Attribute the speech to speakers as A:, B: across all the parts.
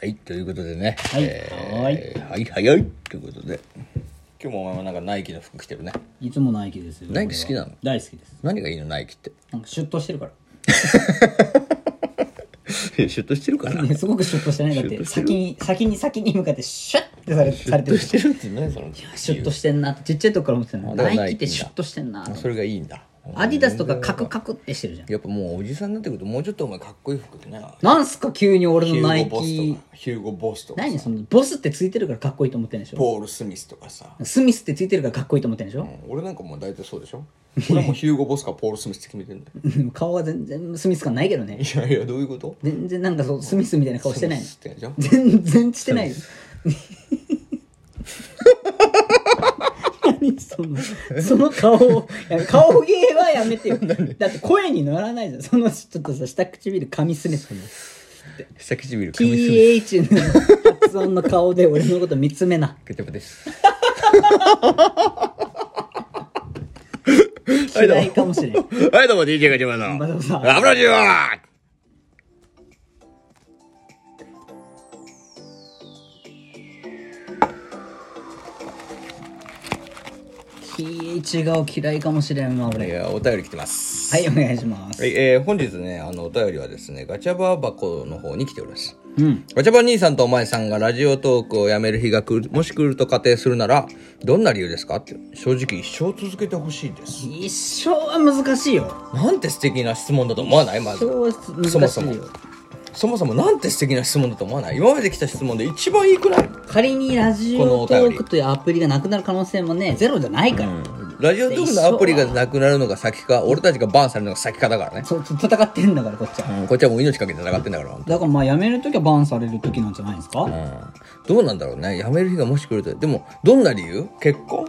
A: はい、ということでね。
B: はい
A: えーはい、はい、はい、ということで。今日もお前はなんかナイキの服着てるね。
B: いつもナイキですよ
A: ナイキ好きなの
B: 俺は大好きです
A: 何がいいのナイキって。
B: なんかシュッとしてるから
A: シュッとしてるかな
B: ねすごくシュッとしてないだって
A: シュッとしてる
B: 先に先に先に向かってシュッて されされてる
A: してるって何その。
B: シュッとしてんなってちっちゃい時から思ってたの
A: あだから
B: ナイキって
A: ナイキ
B: シュッとしてんな
A: それがいいんだ。
B: アディダスとかカクカクってしてるじゃん
A: やっぱもうおじさんになってくるともうちょっとお前かっこいい服ってね。
B: なんすか急に俺のナイ
A: ヒューゴボスと
B: キ
A: か。ヒューゴボスとか。
B: 何そのボスってついてるからかっこいいと思ってんでしょ
A: ポール・スミスとかさ。
B: スミスってついてるからかっこいいと思ってんでしょ
A: うん俺なんかもう大体そうで しょ俺はもうヒューゴボスかポール・スミスって決めてんだよ。
B: うん顔は全然スミス感ないけどね
A: いやいや、どういうこと
B: 全然なんかそうスミスみたいな顔してないの
A: スミスってやつでしょ
B: 全然し てないよ何そのその顔をいや顔芸はや めてよだって声に乗らないじゃんそのちょっとさ下唇噛みすねて
A: 下唇噛みすぎ
B: TH の発音の顔で俺のこと見つめな
A: ケテプです。はいどうも
B: 嫌いかもしれん
A: はい、どうも、DJ ガチャマン
B: まあでもさ
A: の。油じゅうは
B: ひいち顔嫌いかもしれんわ
A: い
B: 俺
A: や、お便り来てます。
B: はいお願いします、
A: はい、えー本日ね、あの、お便りはですね、ガチャバ箱の方に来ております。
B: うん
A: ガチャバ兄さんとお前さんがラジオトークをやめる日が来る、もし来ると仮定するなら、どんな理由ですかって、正直一生続けてほしいです。
B: 一生は難しいよ
A: なんて素敵な質問だと思わないま
B: 一生
A: ず。
B: は難しい
A: そも
B: よ
A: そもそもそもなんて素敵な質問だと思わない今まで来た質問で一番いいくない
B: 仮にラジ
A: このお
B: オト
A: 便り
B: ークというアプリがなくなる可能性もねゼロじゃないから、
A: ラジオトークのアプリがなくなるのが先か、俺たちがバンされるのが先かだからね。
B: そうそう戦ってんだからこっちは
A: うんこっちはもう命かけて戦ってんだから。
B: だからまあ辞めるときはバンされるときなんじゃないですか、あ
A: どうなんだろうね。辞める日がもし来ると。でも、どんな理由結婚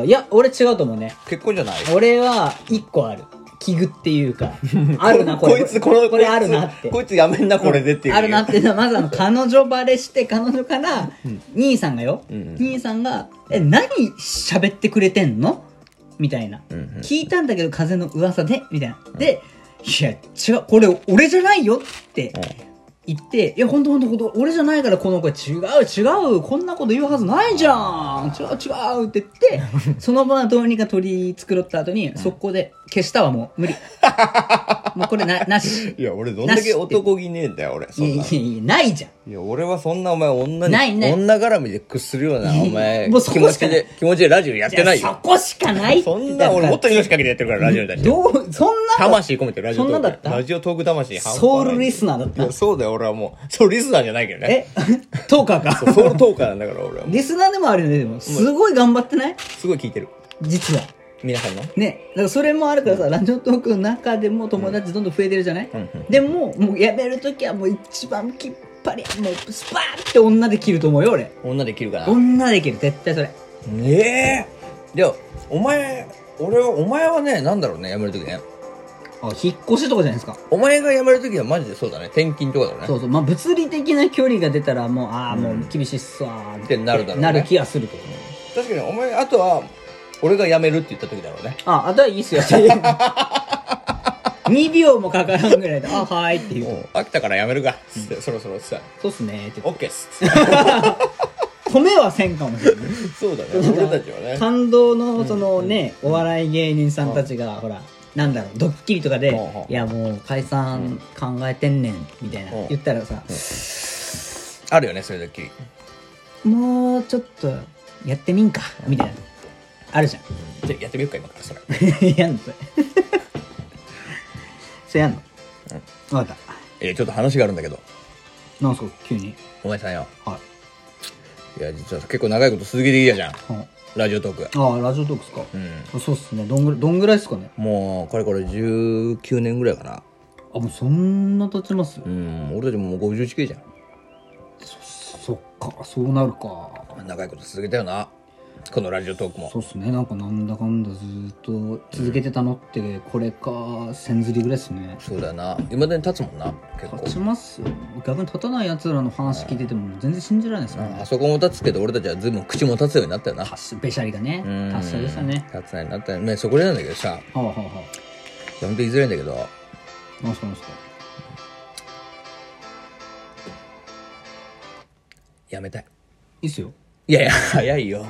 B: あいや俺違うと思うね
A: 結婚じゃない
B: 俺は一個ある器具っていうかあるなこ
A: こ
B: れ
A: いつ、この、
B: これあるなって
A: こいつやめんな、これでっていう。
B: あるなっ。ていうのはまずあの彼女バレして彼女から兄さんがよ、兄さんが「え何喋ってくれてんの?」みたいな、
A: んうんうん
B: 聞いたんだけど風の噂で」みたいなで「いや違うこれ俺じゃないよ」って言って「いやほんとほんとほんと俺じゃないからこの子違う違うこんなこと言うはずないじゃん違う違う」って言ってその場はどうにか取り繕った後に速攻で「消したわもう無 理」もうこれななし
A: いや、俺どんだけ男気ねえんだよ、俺。そ
B: いや
A: ん
B: い
A: な
B: や。いやないじゃん
A: いや、俺はそんなお前女に、
B: ないない
A: 女絡みで屈するような、お前、
B: もうそ
A: 気
B: こ
A: 持
B: し
A: ち
B: かない
A: で、気持ちでラジオやってない
B: やそ
A: よ。
B: こしかないって
A: そんな、俺もっと命かけてやってるから、ラジオに対して。
B: どうそんな
A: 魂込めてるラジオトーク。
B: そんなだった
A: ラジオトーク魂半端ない
B: ソウルリスナーだっ
A: いや
B: た
A: そうだよ、俺はもう。ソウルリスナーじゃないけどね。
B: えトーカー
A: そう
B: か
A: ソウルトーカーなんだから、俺はもう。
B: リスナーでもあるよねでもすごい頑張ってない
A: すごい聞いてる。
B: 実は
A: 皆さんの。
B: ねだからそれもあるからさラジオトークの中でも友達どんどん増えてるじゃない、でももうやめるときはもう一番きっぱりもうスパーって女で切ると思うよ俺
A: 女できるかな。
B: 女で切る絶対それ
A: ええいや、お前、俺は、お前はね、なんだろうね、辞めるときね。
B: あ引っ越しとかじゃないですか
A: お前が辞めるときはマジでそうだね。転勤とかだね。
B: そうそうまあ物理的な距離が出たらもうああもう厳しいっすわー
A: ってなるだろうね
B: なる気がするけどね
A: 確かに、お前、あとは、俺が辞めるって言ったときだろうね。
B: あ、あとはいいっすよ。2秒もかからんぐらいで、あ、はーいっていう。
A: もう、飽きたから辞めるか。つってそろそろさ、
B: そうっすねって
A: オ。ッケーっす。つっ
B: 止めはせんかもしれない。
A: てそうだね、俺たちはね。
B: 感動の、そのね、お笑い芸人さんたちが、ほら、なんだろう、ドッキリとかで
A: うんうん、
B: いやもう解散考えてんねん、みたいな
A: うん。
B: 言ったらさ、
A: あるよね、そういうとき。
B: もうちょっとやってみんか、みたいな。あるじゃん。
A: じゃあやってみようか、今から、それ。
B: やんのそれ。 それやんのわかっ
A: えーちょっと話があるんだけど、
B: た。なんすか、急に。
A: お前さんよ。
B: はい
A: や、実は結構長いこと続けてきたじゃん。
B: い。はい
A: ラジオトーク。
B: ああ、ラジオトークっすか。
A: うん。
B: そうっすねどんぐらいどんぐらいっすかね
A: もう、これこれ19年ぐらいかな。
B: あもうそんな経ちます
A: うん、俺たちももう51系じゃん。
B: そっかそうなるか
A: 長いこと続けたよな。このラジオトークも。
B: そうっすねなんかなんだかんだずーっと続けてたのってこれか千釣りぐらいっすね
A: そうだよな。いまだに立つもんな、結構
B: 立。ちますよ逆に立たないやつらの話聞いてても全然信じられないっすもん
A: あ
B: ね
A: そこも立つけど、俺たちはずいぶん口も立つようになったよな。
B: 達者べしゃりがね
A: うん
B: 達者でしたね。
A: 立つようになったよね。そこでなんだけどさ、
B: はあはあは
A: ほんと言いづらいんだけど、
B: あなんすかなんすか
A: やめたい
B: いっすよ
A: いやいや早いよ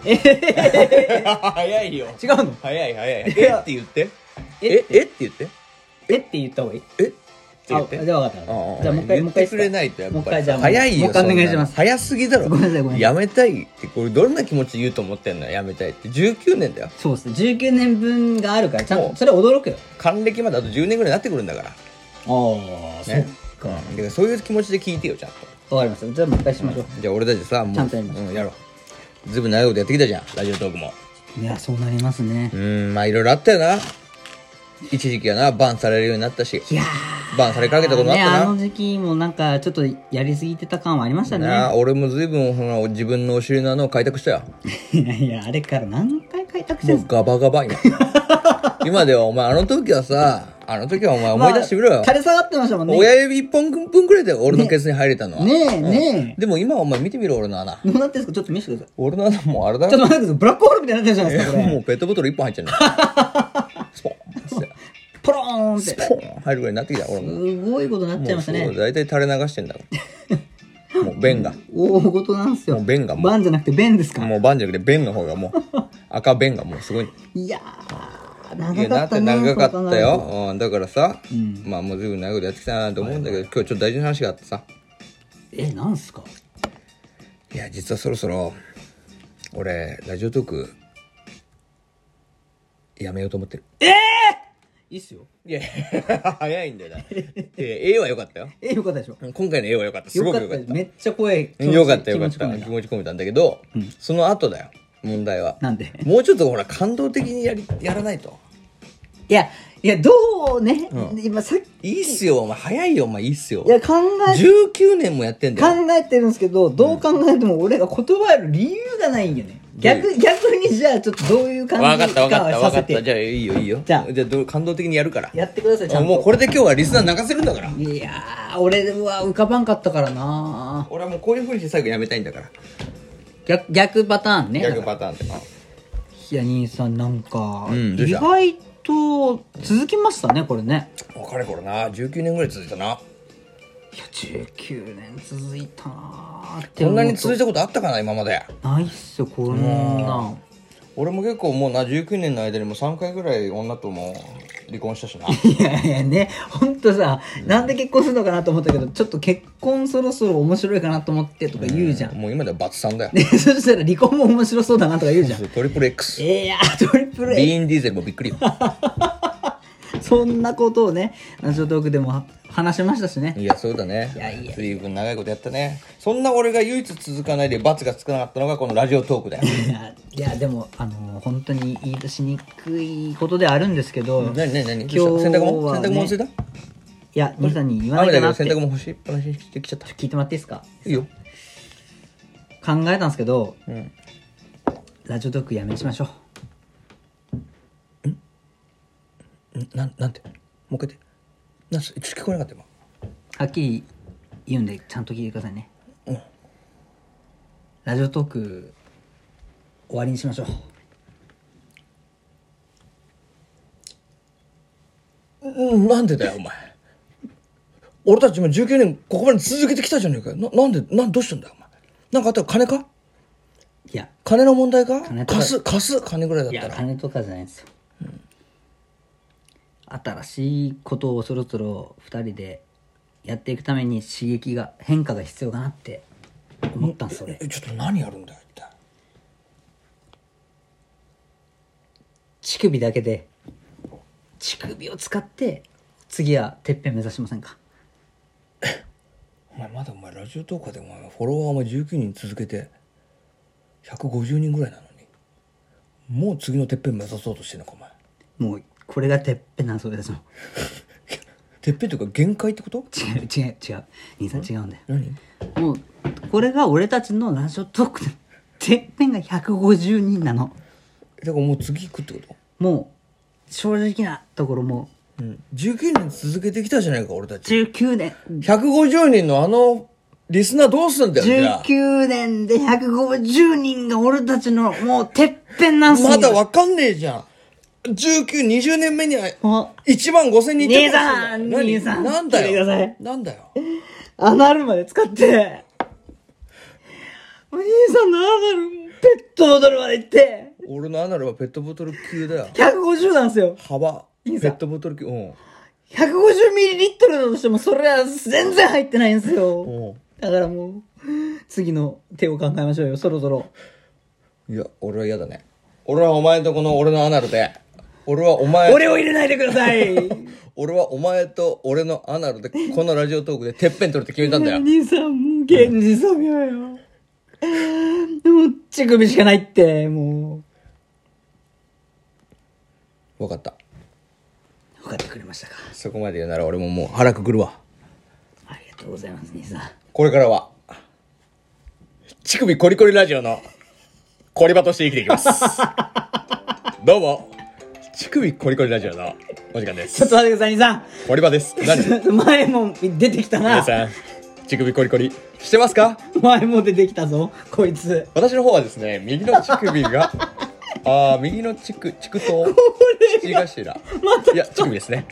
A: 早いよ
B: 違うの
A: 早い早い
B: い
A: え
B: や
A: って言って
B: え
A: ええって言って
B: えって言った方がいい
A: えって言
B: あ
A: って
B: じゃあ分かった
A: ああ
B: じゃあもう一回
A: 言っ
B: もう一回
A: てくれないとやっ
B: もう一
A: ぱり
B: 回じゃあもう
A: 早いよ
B: もう一回お願いしま
A: そんなの
B: す
A: 早すぎだろ
B: ごめんなさいごめんなさ
A: やめたいってこれどんな気持ちで言うと思ってんのやめたいって19年だよ
B: そうですね19年分があるからちゃん
A: もう
B: とそれ驚くよ
A: 還暦まであと10年ぐらいになってくるんだから
B: ああそっか
A: だからそういう気持ちで聞いてよちゃんと
B: わかりましたじゃあもう一回しましょ
A: じゃあ俺たちさもう
B: ちゃんとやります
A: うん、やろうずいぶん長いことやってきたじゃんラジオトークも
B: ういやそうなりますね
A: うんまあいろいろあったよな一時期はなバンされるようになったし
B: いや
A: バンされかけたこともあっ
B: ねあ
A: たな
B: の時期もなんかちょっとやりすぎてた感はありましたね
A: なあ俺もずいぶんほら自分のお尻の穴を開拓したよ
B: いやいやあれから何回開拓して
A: も
B: るんで
A: うガバガバ今今ではお前あの時はさあの時はお前
B: すか
A: 思い出してみろよ、
B: まあ垂れ下がってましたもんね
A: 親指一本分くらいで俺のケツに入れたのは、
B: ねえね
A: でも今お前見てみろ俺の穴
B: えどうなってんすかちょっと見せてください
A: 俺の穴もうあれだ
B: ちょっと
A: よ
B: 待ってくださいブラックホールみたいになってるじゃないですかこれ
A: もうペットボトル一本入っちゃうのスポンって
B: ポローンって
A: スポン入るぐらいになってきた俺も
B: すごいことになっちゃいました
A: もう
B: ね
A: そう大体垂れ流してんだもんもう便が
B: 大事なんですよ
A: もう便がもう
B: バンじゃなくて便ですか
A: もう盤石で便の方がもう赤便がもうすごい
B: いやー
A: いや
B: 長か
A: なっ
B: っ
A: て
B: たね
A: 長か
B: そう
A: っ
B: 考
A: た
B: えると
A: よ、うん、だからさ、まあもうずいぶん長いことやってきたなと思うんだけど、今日ちょっと大事な話があってさ
B: えなんすか
A: いや実はそろそろ俺ラジオトークやめようと思ってる
B: いいっすよ
A: いや早いんだよな A は良かったよ
B: えよかったでしょ
A: 今回の A は良かったす
B: よ
A: ご
B: か
A: く
B: っ
A: 良か
B: た
A: っ
B: です
A: た
B: めっちゃ声
A: うん良かった良かっ
B: 気持ち込め
A: た気持ち込めたんだけど、その後だよ問題は
B: なんで
A: もうちょっとほら感動的にやりやらないと
B: いやいやどうね、今さっき
A: いいっすよお前早いよお前いいっすよ
B: いや考え
A: 19年もやってんだよ
B: 考えてるんですけどどう考えても俺が断る理由がないんよね逆逆にじゃあちょっとどういう感
A: わかっ
B: じ
A: たわかったわ
B: さ
A: か
B: せ
A: った
B: て
A: じゃあいいよいいよ
B: じゃあ
A: じゃあどう感動的にやるから
B: やってくださいちゃんと
A: もうこれで今日はリスナー泣かせるんだから
B: いやー俺は浮かばんかったからな
A: 俺はもうこういうふうにして最後やめたいんだから
B: 逆逆パターンね
A: 逆パターンで
B: いや兄さんなんか、
A: うんどうし
B: 意
A: た
B: 外と続きましたねこれね
A: 分かれこれな19年ぐらい続いたない
B: や19年続いたなーって
A: こん
B: 思う
A: な
B: と
A: に続いたことあったかな今まで
B: ないっすよこんな
A: 俺も結構もうな19年の間にも3回ぐらい女とも離婚したしな
B: いやいやねほんとさなんで結婚するのかなと思ったけどちょっと結婚そろそろ面白いかなと思ってとか言うじゃん、
A: もう今ではバツさんだよ
B: でそしたら離婚も面白そうだなとか言うじゃん
A: トリプル X
B: いやトリプ
A: ビ
B: ル A
A: ーン・ディーゼルもびっくりよ
B: そんなことをねラジオトークでもは話しましたしね
A: いやそうだね
B: いやいや
A: 随分長いことやったねそんな俺が唯一続かないで罰がつかなかったのがこのラジオトークだよ
B: いやいやでもあの本当に言い出しにくいことではあるんですけど、
A: なになになに
B: 今
A: ど
B: 日
A: うした洗濯物
B: は
A: 洗
B: ね
A: 濯物忘れた
B: いや兄さんに言わな
A: 雨だ
B: いか
A: けど
B: なっ
A: 洗
B: て
A: 濯物干しっぱなしにしてきちゃったい
B: 聞いてもらっていいですか
A: いよ
B: 考えたんですけど
A: うん
B: ラジオトークやめにしましょう
A: なんなんてもう一回言ってなんすちょっと聞こえなかった
B: はっきり言うんでちゃんと聞いてくださいね、
A: うん
B: ラジオトーク終わりにしましょう
A: 今うんなんでだよお前俺たちも19年ここまで続けてきたじゃねえかよななんでなんどうしたんだよお前なんかあったら金か
B: いや
A: 金の問題か
B: 金とか
A: 貸す貸す金ぐらいだっ
B: い
A: た
B: や
A: ら
B: 金とかじゃないんですよ、新しいことをそろそろ2人でやっていくために刺激が変化が必要かなって思ったんです俺
A: えちょっと何やるんだよ一体
B: 乳首だけで乳首を使って次はてっぺん目指しませんか
A: お前まだお前ラジオトークでお前フォロワーも19人続けて150人ぐらいなのにもう次のてっぺん目指そうとしてんのかお前
B: もうこれがてっぺんなんです俺たちの
A: てっぺんというか限界ってこと
B: 違う違う違う兄さん違うんだよ
A: 何
B: もうこれが俺たちのラジオトークのてっぺんが150人なの
A: えだからもう次行くってこと
B: もう正直なところも
A: うん19年続けてきたじゃないか俺た
B: う
A: ち
B: 19年
A: 150人のあのリスナーどうすんだよじゃあ
B: 19年で150人が俺たちのもうてっぺんなんすよ
A: まだわかんねえじゃん1920年目には
B: もう
A: 1万5000人ってことだよ
B: 兄さん
A: 何
B: 兄さん
A: なんだ
B: 聞いてくださ
A: よ
B: い
A: なんだよ
B: アナルまで使ってお兄さんのアナル、ペットボトルまで行って、
A: 俺のアナルはペットボトル級だよ
B: 150なんですよ。
A: 幅
B: いいんす
A: ペ
B: か
A: ットボトル級うん
B: 150ミリリットルだとしても、それは全然入ってないんですよ。
A: う
B: だからもう、次の手を考えましょうよ、そろそろ。
A: んいや俺は嫌だね俺はお前とこの俺のアナルで俺はお前
B: 俺を入れないでください
A: 俺はお前と俺のアナルでこのラジオトークでてっぺん取るって決めたんだよ
B: 兄さん、もう現実を見ようよ。もう、乳首しかないって、も
A: 分かった
B: う。分かってくれましたか。
A: そこまで言うなら俺ももう腹くくるわ
B: ありがとうございます、兄さん。
A: これからは乳首コリコリラジオのコリバとして生きていきますどうも乳首コリコリラジオのお時間で
B: ちょ
A: す
B: っと待ってください、兄さん。
A: コリバです何
B: 前も出てきたな
A: 皆。さん乳首コリコリしてますか
B: 前も出てきたぞ、こいつ。
A: 私の方はですね右の乳首があー右の乳首乳頭乳頭いや乳首ですね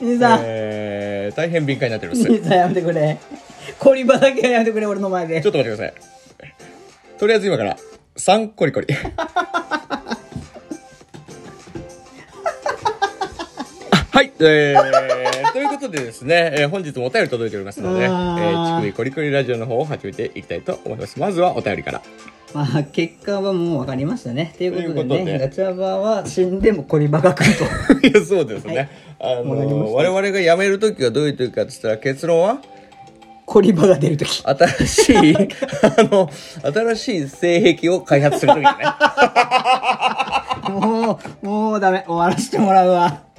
B: 兄さん、
A: えー、大変敏感になっております
B: 兄さんやめてくれ。コリバだけはやめてくれ、俺の前で
A: ちょ。っと待ってください。とりあえず今から、3コリコリ。 あはい、えー、ということでですね、えー本日もお便り届いておりますので、え
B: あー
A: ー、乳首コリコリラジオの方を始めていきたいと思います。まずはお便りから。
B: まあ、結果はもう分かりましたね。ということ
A: という
B: で
A: ことで
B: ね、ガチャバは死んでもコリバが来ると。
A: いや、そうですね。あ
B: 戻りまし
A: の、
B: た
A: 我々が辞めるときはどういうときかって言ったら、結論は
B: コリバが出るとき。
A: 新し い、あの、新しい性癖を開発するときね。
B: もう、もうダメ。終わらせてもらうわ。